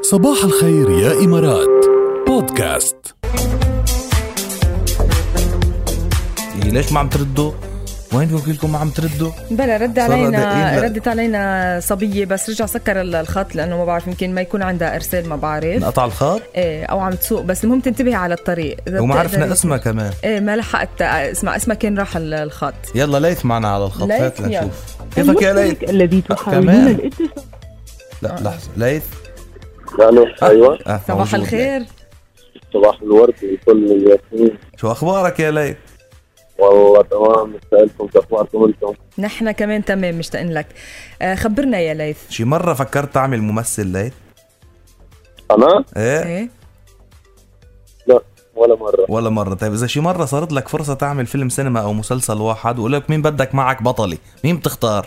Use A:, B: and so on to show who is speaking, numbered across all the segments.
A: صباح الخير يا إمارات بودكاست
B: إيه ليش ما عم تردوا؟ وين وكيلكم ما عم تردوا؟
C: بلا رد
B: صار إيه؟
C: علينا
B: دقيقة.
C: ردت علينا صبية بس رجع سكر ال- الخط لأنه ما بعرف يمكن ما يكون عندها إرسال ما بعرف
B: انقطع الخط
C: إيه أو عم تسوق بس المهم تنتبهي على الطريق إذا
B: وما عرفنا
C: بتقدري-
B: اسمها كمان
C: إيه ما لحقت اسمع اسمها كان راح ال- الخط
B: يلا ليث معنا على الخط
C: ليث،
B: هات
C: يلا.
B: لنشوف كيفك يا ليث؟
D: المشترك الذي
B: آه،
D: تحاولون
B: كمان.
D: الاتصال
B: لا لحظة ليث
E: يعني
C: أه.
B: آه،
E: ايوه
B: آه،
C: صباح
B: موجود.
C: الخير
E: صباح الورد لكل الياسمين
B: شو أخبارك يا ليث؟
E: والله تمام سالتكم شو اخباركم انتم
C: نحن كمان تمام مشتاقين لك آه، خبرنا يا ليث
B: شي مرة فكرت تعمل ممثل ليث؟
E: انا
B: إيه
C: إيه
E: ولا مره
B: ولا مرة طيب إذا شي مرة صارت لك فرصة تعمل فيلم سينما أو مسلسل واحد وقول لك مين بدك معك بطلي؟ مين بتختار؟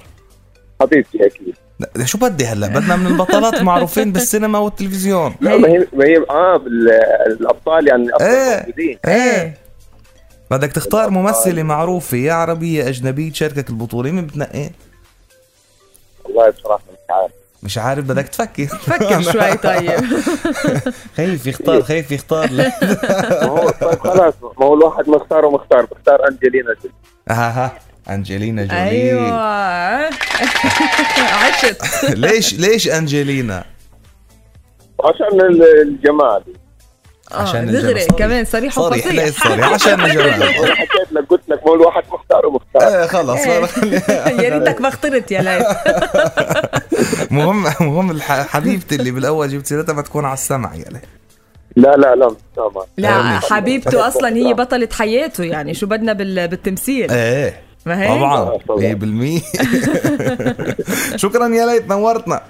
E: حبيبتي اكيد
B: لا، شو بدي هلا بدنا من البطلات معروفين بالسينما والتلفزيون
C: إيه.
E: لا ما هي ما هي اه بال- الابطال يعني الابطال
B: إيه.
E: موجودين
B: ايه بدك تختار ممثلة معروفة يا عربية يا أجنبية تشاركك البطولة مين بتنقي؟
E: والله بصراحه مش عارف
B: مش عارف بدك تفكر
C: فكر شوي طيب
B: خايف يختار خايف يختار لا.
E: ما هو طيب خلاص ما هو الواحد ما اختار وما اختار بختار انجلينا جولي
B: ها ها انجلينا جولي
C: أيوة عشت
B: ليش ليش انجلينا
E: عشان ال- الجمال
B: عشان
C: عشان
B: الجمال.
C: آه، دغري
B: صريح.
C: كمان صريح
B: صريح ليش
C: وفصيح
B: صريح عشان الجمال
E: انا حكيت لك قلت لك ما هو الواحد ما اختار وما اختار
B: ايه خلص
C: إيه. يا ريتك ما اخترت يا ليث
B: مهم مهم الح- حبيبتي اللي بالاول جبت سيرتها ما تكون على السمع يا ليه
E: لا لا لا تمام
C: لا
B: ماشي.
C: حبيبته اصلا هي بطلة حياته يعني شو بدنا بال- بالتمثيل
B: ايه
C: ما هي
B: طبعا
E: آه، طبعاً.
B: 100% شكرا يا ليت نورتنا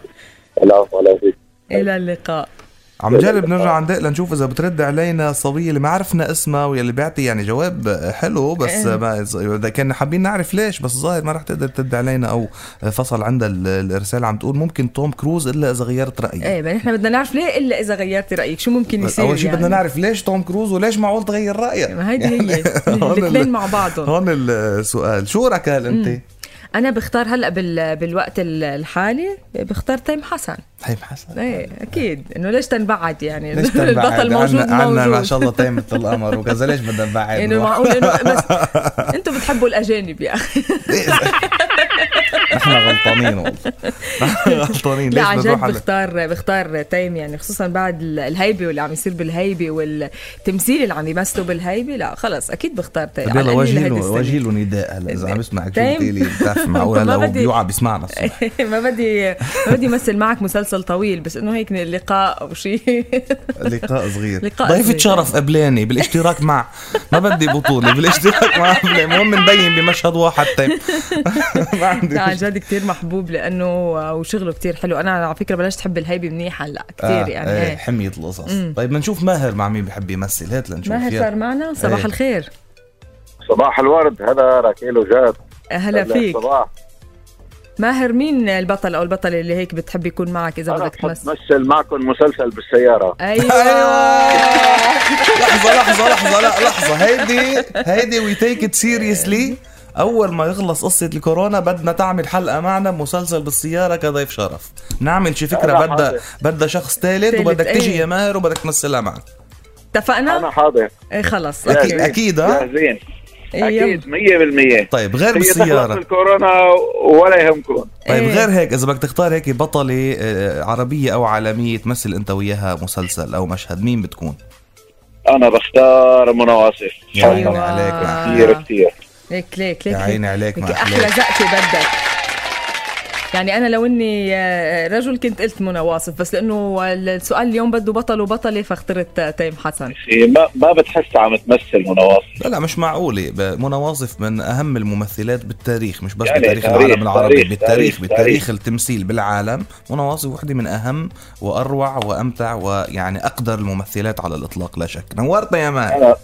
E: السلام عليكم
C: الى اللقاء
B: عم نجرب نرجع عند لنشوف اذا بترد علينا الصبيه اللي ما عرفنا اسمها واللي بعتي يعني جواب حلو بس
C: إيه.
B: ما إذا كان حابين نعرف ليش بس الظاهر ما رح تقدر ترد علينا او فصل عندها ال- الارسال عم تقول ممكن توم كروز الا اذا غيرت رايي
C: ايه بقى نحن بدنا نعرف ليه الا اذا غيرتي رايك شو ممكن
B: بس
C: يصير
B: اول شيء
C: يعني؟
B: بدنا نعرف ليش توم كروز وليش معقول تغير رايك
C: ما هيدي هي
B: هون ال-
C: الاثنين مع بعضهم
B: هون السؤال شو ركال انت
C: انا بختار هلا بال... بالوقت ال- الحالي بختار تيم حسن
B: طيب حسن
C: ايه اكيد انه ليش تنبعد يعني
B: ليش تنبعد؟
C: البطل موجود
B: عنا- عنا ما
C: موجود
B: شاء الله تيمة القمر وكذا ليش بدنا نبعد
C: يعني معقول انه بس انتم بتحبوا يعني. الاجانب يا اخي
B: نحن غلطانين والله نحن غلطانين
C: لا
B: ليش
C: عن جد
B: بنروح على
C: بختار بختار تيم يعني خصوصا بعد ال- الهيبه واللي عم يصير بالهيبه والتمثيل اللي عم يمثله بالهيبه لا خلص اكيد بختار تيم
B: طب طيب، يلا
C: على
B: وجه
C: القليل لهيدي
B: له
C: السنة.
B: وجه له نداء هلا اذا عم يسمعك شو
C: تايم.
B: قلت لي بتعرف معقول هلا
C: ما
B: هو
C: بدي-
B: بيوعى بيسمعنا الصبح
C: ما بدي ما بدي مثل معك مسلسل طويل بس انه هيك لقاء او شيء
B: لقاء صغير
C: لقاء
B: ضيفة
C: صغير.
B: شرف قبلاني بالاشتراك مع ما بدي بطولة بالاشتراك مع قبلاني المهم نبين بمشهد واحد تايم ما عندي
C: لا عن
B: مشكلة.
C: جد كثير محبوب لانه وشغله كثير حلو انا على فكره بلشت احب الهيبه منيح هلا كثير يعني
B: آه،
C: إيه.
B: إيه، حمية القصص طيب ما نشوف ماهر مع مين بحب يمثل هات لنشوف
C: ماهر
B: يلا.
C: صار معنا صباح
B: إيه.
C: الخير
E: صباح الورد هذا راكيلو جاد
C: هلا فيك
E: صباح
C: ماهر مين البطل او البطله اللي هيك بتحب يكون معك اذا
E: انا
C: بدك
E: بحب
C: تمثل أيوة.
E: مثل معكم مسلسل بالسياره
B: أيوة.
C: ايوه
B: لحظة لحظة لحظة لا لحظة هيدي هيدي وي تيك ات سيريسلي أول ما يخلص قصة الكورونا بدنا تعمل حلقة معنا مسلسل بالسيارة كضيف شرف نعمل شي فكرة
E: أنا
B: بدها
E: حاضر.
B: بدها شخص ثالث
C: ثالث،
B: وبدك تيجي
C: إيه.
B: يا ماهر وبدك تمثلها معك
C: اتفقنا؟
E: انا حاضر
C: ايه خلص
B: أكيد-
C: اوكي
E: جاهزين.
B: أكيد، ها؟
E: جاهزين
C: إيه، يلا.
E: اكيد 100%
B: طيب غير
E: هي تخلص
B: بالسيارة
E: الكورونا ولا يهمكم
B: طيب
C: إيه.
B: غير هيك إذا بدك تختار هيك بطلة آه، عربية أو عالمية تمثل أنت وياها مسلسل أو مشهد مين بتكون؟
E: انا بختار منى واصف
B: يا عيني
C: أيوة.
B: عليك مع-
E: كثير كثير
C: ليك ليك ليك
B: يا عيني عليك
C: ليك
B: مع
C: احلى
B: أحلى.
C: زقفه بدك يعني انا لو اني آه، رجل كنت قلت منى واصف بس لانه السؤال اليوم بده بطل وبطله فاخترت تيم حسن
E: إيه، ما ما بتحس عم تمثل منى واصف
B: لا لا مش معقولة ب- منى واصف من أهم الممثلات بالتاريخ مش بس
E: يعني
B: بتاريخ
E: تاريخ-
B: العالم العربي
E: تاريخ-
B: بالتاريخ
E: تاريخ-
B: بالتاريخ
E: تاريخ.
B: التمثيل بالعالم منى واصف وحدة من أهم وأروع وأمتع ويعني أقدر الممثلات على الإطلاق لا شك نورتنا يا ماهر
E: انا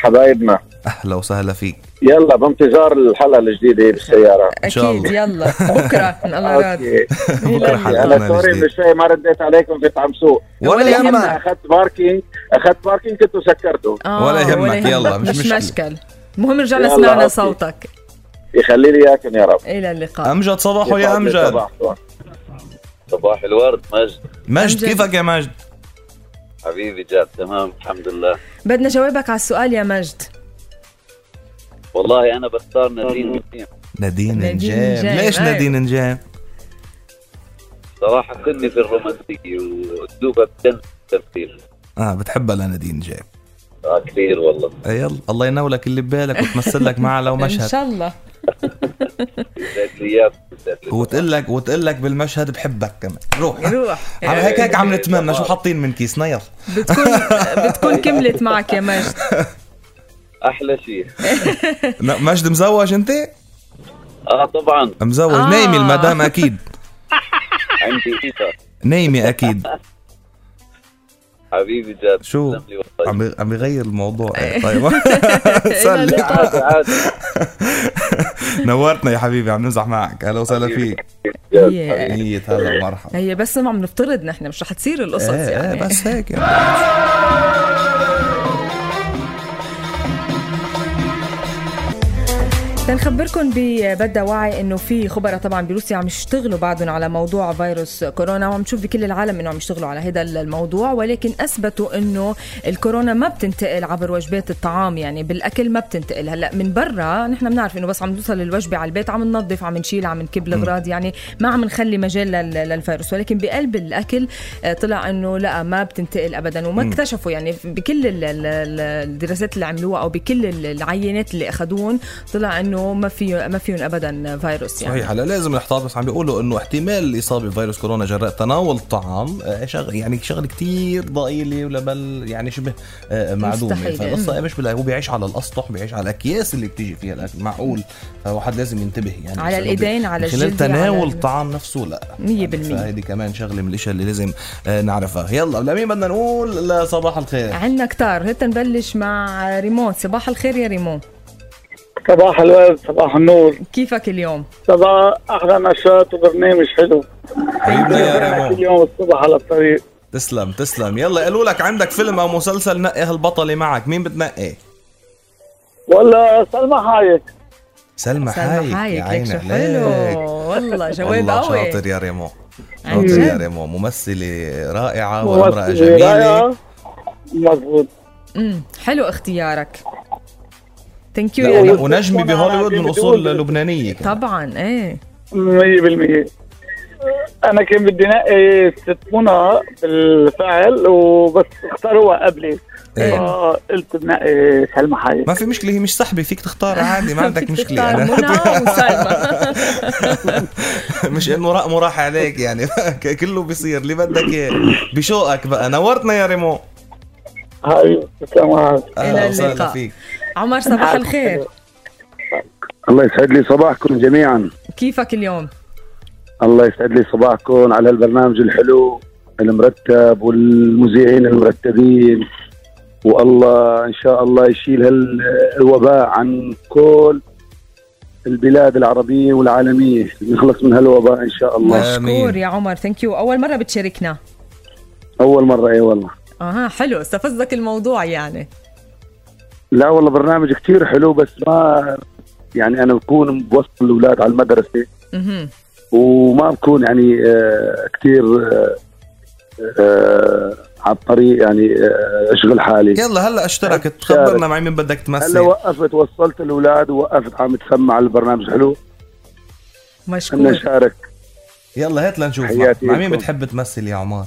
E: حبايبنا
B: أهلا وسهلا فيك
E: يلا بانتظار الحلقه الجديده بالسياره
B: إن شاء
C: اكيد يلا بكره ان الله راد
E: اوكي
B: بكرة حلقتنا
E: انا سوري
B: الجديدة
E: مش فاهم ما رديت عليكم في عم سوق
B: ولا
C: ولا
B: يهمك
C: يهمك.
E: اخذت باركينج اخذت باركينج كنت سكرته
C: آه،
B: ولا يهمك، يلا، مش
C: مش
B: مشكلة.
C: مشكل المهم رجعنا
E: يلا،
C: سمعنا
E: أوكي.
C: صوتك
E: يخلي لي اياكم يا رب
C: الى اللقاء
B: أمجد صباح يا أمجد
E: صباح الورد مجد
B: مجد
C: أمجد.
B: كيفك يا مجد
D: حبيبي جاد تمام الحمد لله
C: بدنا جوابك على السؤال يا مجد
D: والله انا بختار نادين نسيم
B: نادين
C: نادين
B: نجام
C: نجام،
B: ليش
C: أيوة.
B: نادين نجام؟
D: صراحه قمه في الرومانسيه واسلوبها بتنسى التمثيل
B: اه بتحبها لنادين نجام
D: آه كثير والله
B: آه، يلا الله ينولك اللي ببالك وتمثل لك معها لو
C: ان
B: مشهد
C: شاء الله
D: بالذات بالذات
B: وتقول لك وتقول لك بالمشهد بحبك كمان روح
C: روح
B: عم هيك هيك عم نتمنى شو حاطين من كيسنا يلا
C: إيه، بتكون بتكون كملت معك يا مجد
D: احلى شيء
B: لا، مجد مزوج انت؟
D: اه طبعا
B: مزوج
C: آه.
B: نايمه المدام اكيد
D: عندي ايتا
B: نايمه اكيد
D: حبيبي جاد
B: شو؟
D: تسلم لي
B: عم
D: والله.
B: عم يغير الموضوع إيه، طيب
C: إيه،
B: سلي.
D: عادي عادي
B: نورتنا يا حبيبي عم نمزح معك اهلا وسهلا فيك
D: جاد
C: هي-
B: هي هلا مرحبا
C: هي بس ما عم نفترض نحن مش رح تصير القصص
B: ايه
C: يعني
B: ايه بس هيك يعني.
C: تنخبركم ببدا وعي انه في خبراء طبعا بروسيا عم يشتغلوا بعدهم على موضوع فيروس كورونا وعم نشوف بكل العالم انه عم يشتغلوا على هذا الموضوع ولكن اثبتوا انه الكورونا ما بتنتقل عبر وجبات الطعام يعني بالاكل ما بتنتقل هلا من برا نحن بنعرف انه بس عم توصل الوجبه على البيت عم ننظف عم نشيل عم نكب الاغراض يعني ما عم نخلي مجال لل- للفيروس ولكن بقلب الاكل آه، طلع انه لا ما بتنتقل ابدا وما اكتشفوا يعني بكل ال- ال- ال- الدراسات اللي عملوها او بكل ال- العينات اللي اخذوهم طلع انه ما في ما فيهم ابدا فيروس يعني
B: صحيح هلا لازم الاحتياط بس عم بيقولوا انه احتمال الاصابه بفيروس كورونا جراء تناول الطعام آه، شغ يعني شغله كتير ضئيله ولا بل يعني شبه آه، معدومه
C: مستحيلة.
B: فالقصه مش بلا هو بيعيش على الاسطح بيعيش على الاكياس اللي بتيجي فيها الاكل معقول فالواحد لازم ينتبه يعني
C: على
B: بس إنه
C: الإيدين،
B: بي-
C: على
B: من خلال
C: الجلد، على
B: تناول
C: ال-
B: الطعام نفسه لا
C: 100%.
B: فهيدي كمان شغله من الاشياء اللي لازم آه، نعرفها يلا لمين بدنا نقول لا صباح الخير
C: عندنا كتار هات نبلش مع ريمون صباح الخير يا ريمون
E: صباح الورد صباح النور
C: كيفك اليوم
E: صباح احلى نشاط وبرنامج حلو
B: حبيبنا طيب، يا ريمون
E: كل يوم الصبح على الطريق
B: تسلم تسلم يلا قالوا لك عندك فيلم او مسلسل نقي هالبطله معك مين بتنقي
E: والله سلمى حايك
B: سلمى حايك
C: سلمى
B: يا عيني
C: حايك لك شو حلو
B: عليك
C: والله جواب
B: والله
C: قوي
B: شاطر يا ريمو
C: عن
B: شاطر يا
C: جد؟
B: ريمو ممثلة رائعة وامرأة
E: ممثلة
B: جميلة
E: رائعة مضبوط
C: أمم، حلو اختيارك ثانك يو
B: لا،
C: يا
B: ون-
C: ريمون
B: ونجمة بهوليوود من أصول
E: بدون-
B: لبنانية كمان.
C: طبعا ايه
E: 100% انا كان بدي نقي ست منى بالفعل وبس اختاروها قبلي
B: إيه.
E: فقلت بنقي سلمى حايك
B: ما في مشكلة هي مش صاحبة فيك تختار عادي ما عندك
C: فيك
B: مشكلة
C: تختار
B: أنا
C: منى وسلمى
B: مش إنه رقمه راح عليك يعني ك- كله بيصير اللي بدك إياه بشوقك بقى نورتنا يا ريمو آه،
E: حبيبي تسلموا على
B: أهلا
C: إلى
B: وسهلا
C: اللقاء.
B: فيك
C: عمر صباح الخير
F: الله يسعد لي صباحكم جميعا
C: كيفك اليوم
F: الله يسعد لي صباحكم على البرنامج الحلو المرتب والمذيعين المرتبين والله ان شاء الله يشيل هالوباء عن كل البلاد العربية والعالمية نخلص من هالوباء ان شاء الله
C: نعم.
B: آمين.
C: مشكور يا عمر ثانك يو اول مره بتشاركنا
F: اول مرة اي والله
C: اها حلو استفزك الموضوع يعني
F: لا والله برنامج كتير حلو بس ما يعني انا بكون بوصل الاولاد على المدرسة
C: اها
F: وما بكون يعني آه، كتير آه، آه، على الطريق يعني آه، اشغل حالي
B: يلا هلا اشتركت خبرنا مع مين بدك
F: هلا
B: تمثل
F: وقفت وصلت الاولاد ووقفت عم تسمع على البرنامج حلو بدنا
C: مشكور
F: نشارك
B: يلا هات لنشوف مع-
F: حياتي
B: مع مين
F: لكم.
B: بتحب تمثل يا عمار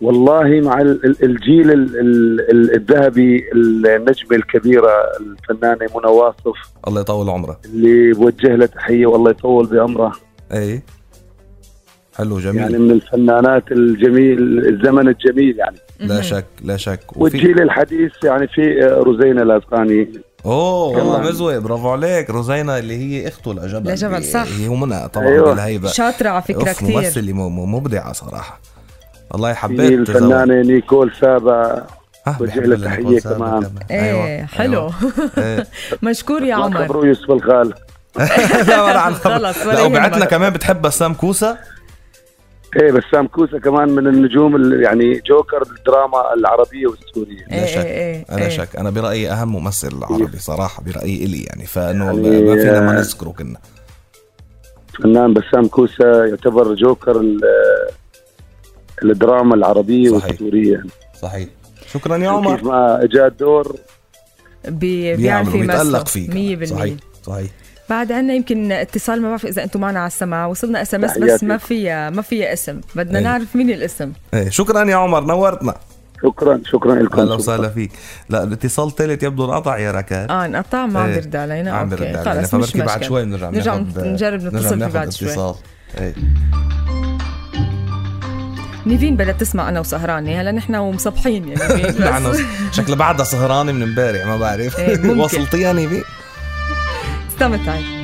F: والله مع ال- ال- الجيل ال- ال- ال- الذهبي النجمه الكبيره الفنانه منى واصف
B: الله يطول عمرك
F: اللي بوجه لها تحيه والله يطول بعمرها
B: اي حلو ايه؟ جميل
F: يعني من الفنانات الجميل الزمن الجميل يعني
B: لا شك لا شك وفي
F: والجيل الحديث يعني في آه، روزينا الازقاني
B: اوه والله
F: كمان.
B: مزوي برافو عليك روزينا اللي هي اخته لجبل
C: لجبل، صح.
B: هي ومنى طبعا
F: أيوة.
B: بالهيبه
C: شاطره على فكره
B: أوف،
C: كثير
B: ممثله مو- مو- مبدعه صراحه والله
F: في
B: حبيت زواج.
F: الفنانه نيكول سابا
B: آه،
F: وجه
B: بحب
F: لها
B: اللي
F: تحية
B: نيكول سابا
F: كمان.
B: أيوه.
C: ايه حلو
B: أيوة، إيه.
C: مشكور يا
F: الله
C: عمر
F: يخبره يوسف الغال
B: لا ولا عن خبر
C: خلص، ولا
B: لا وبعت
C: يهمك.
B: لنا كمان بتحب بسام كوسه
F: ايه بسام كوسه كمان من النجوم ال- يعني جوكر الدراما العربيه والسوريه
B: لا شك
C: ايه
B: انا
C: ايه.
B: شك انا برايي اهم ممثل عربي صراحه برايي الي يعني فانه
F: يعني-
B: ما ما فينا ما نذكره كنا
F: الفنان بسام كوسه يعتبر جوكر ال- الدراما العربيه
B: صحيح.
F: والسوريه
B: صحيح شكرا يا
F: كيف
B: عمر
F: ما اجى الدور
C: بي- بيعرف
B: بيعملوا بيتألق
C: يمثل
B: فيك
C: 100%
B: صحيح صحيح
C: بعد عنا يمكن اتصال ما بعرف اذا انتم معنا على السماعه وصلنا اس ام اس بس
F: تحياتي.
C: ما فيها ما فيها اسم بدنا
B: إيه.
C: نعرف مين الاسم
B: ايه شكرا يا عمر نورتنا
F: شكرا شكرا لكم
B: اهلا
F: شكراً.
B: وسهلا فيك لا الاتصال الثالث يبدو انقطع يا ركال
C: اه انقطع ما عم
B: إيه.
C: بيرد علينا
B: عم
C: اوكي
B: برد علينا
C: خلص مش
B: فبركي بعد
C: مشكله
B: شوي بنرجع
C: نرجع
B: بناخد-
C: نجرب
B: نرجع
C: نتصل فيه
B: بناخد
C: بعد شوي.
B: اتصال. ايه
C: نيفين بدها تسمع انا وسهراني هلا نحن ومصبحين يعني نيفين، بس-
B: معنى شكله بعدها سهرانه من امبارح ما بعرف
C: إيه، ممكن.
B: وصلتيها نيفي
C: استمتعي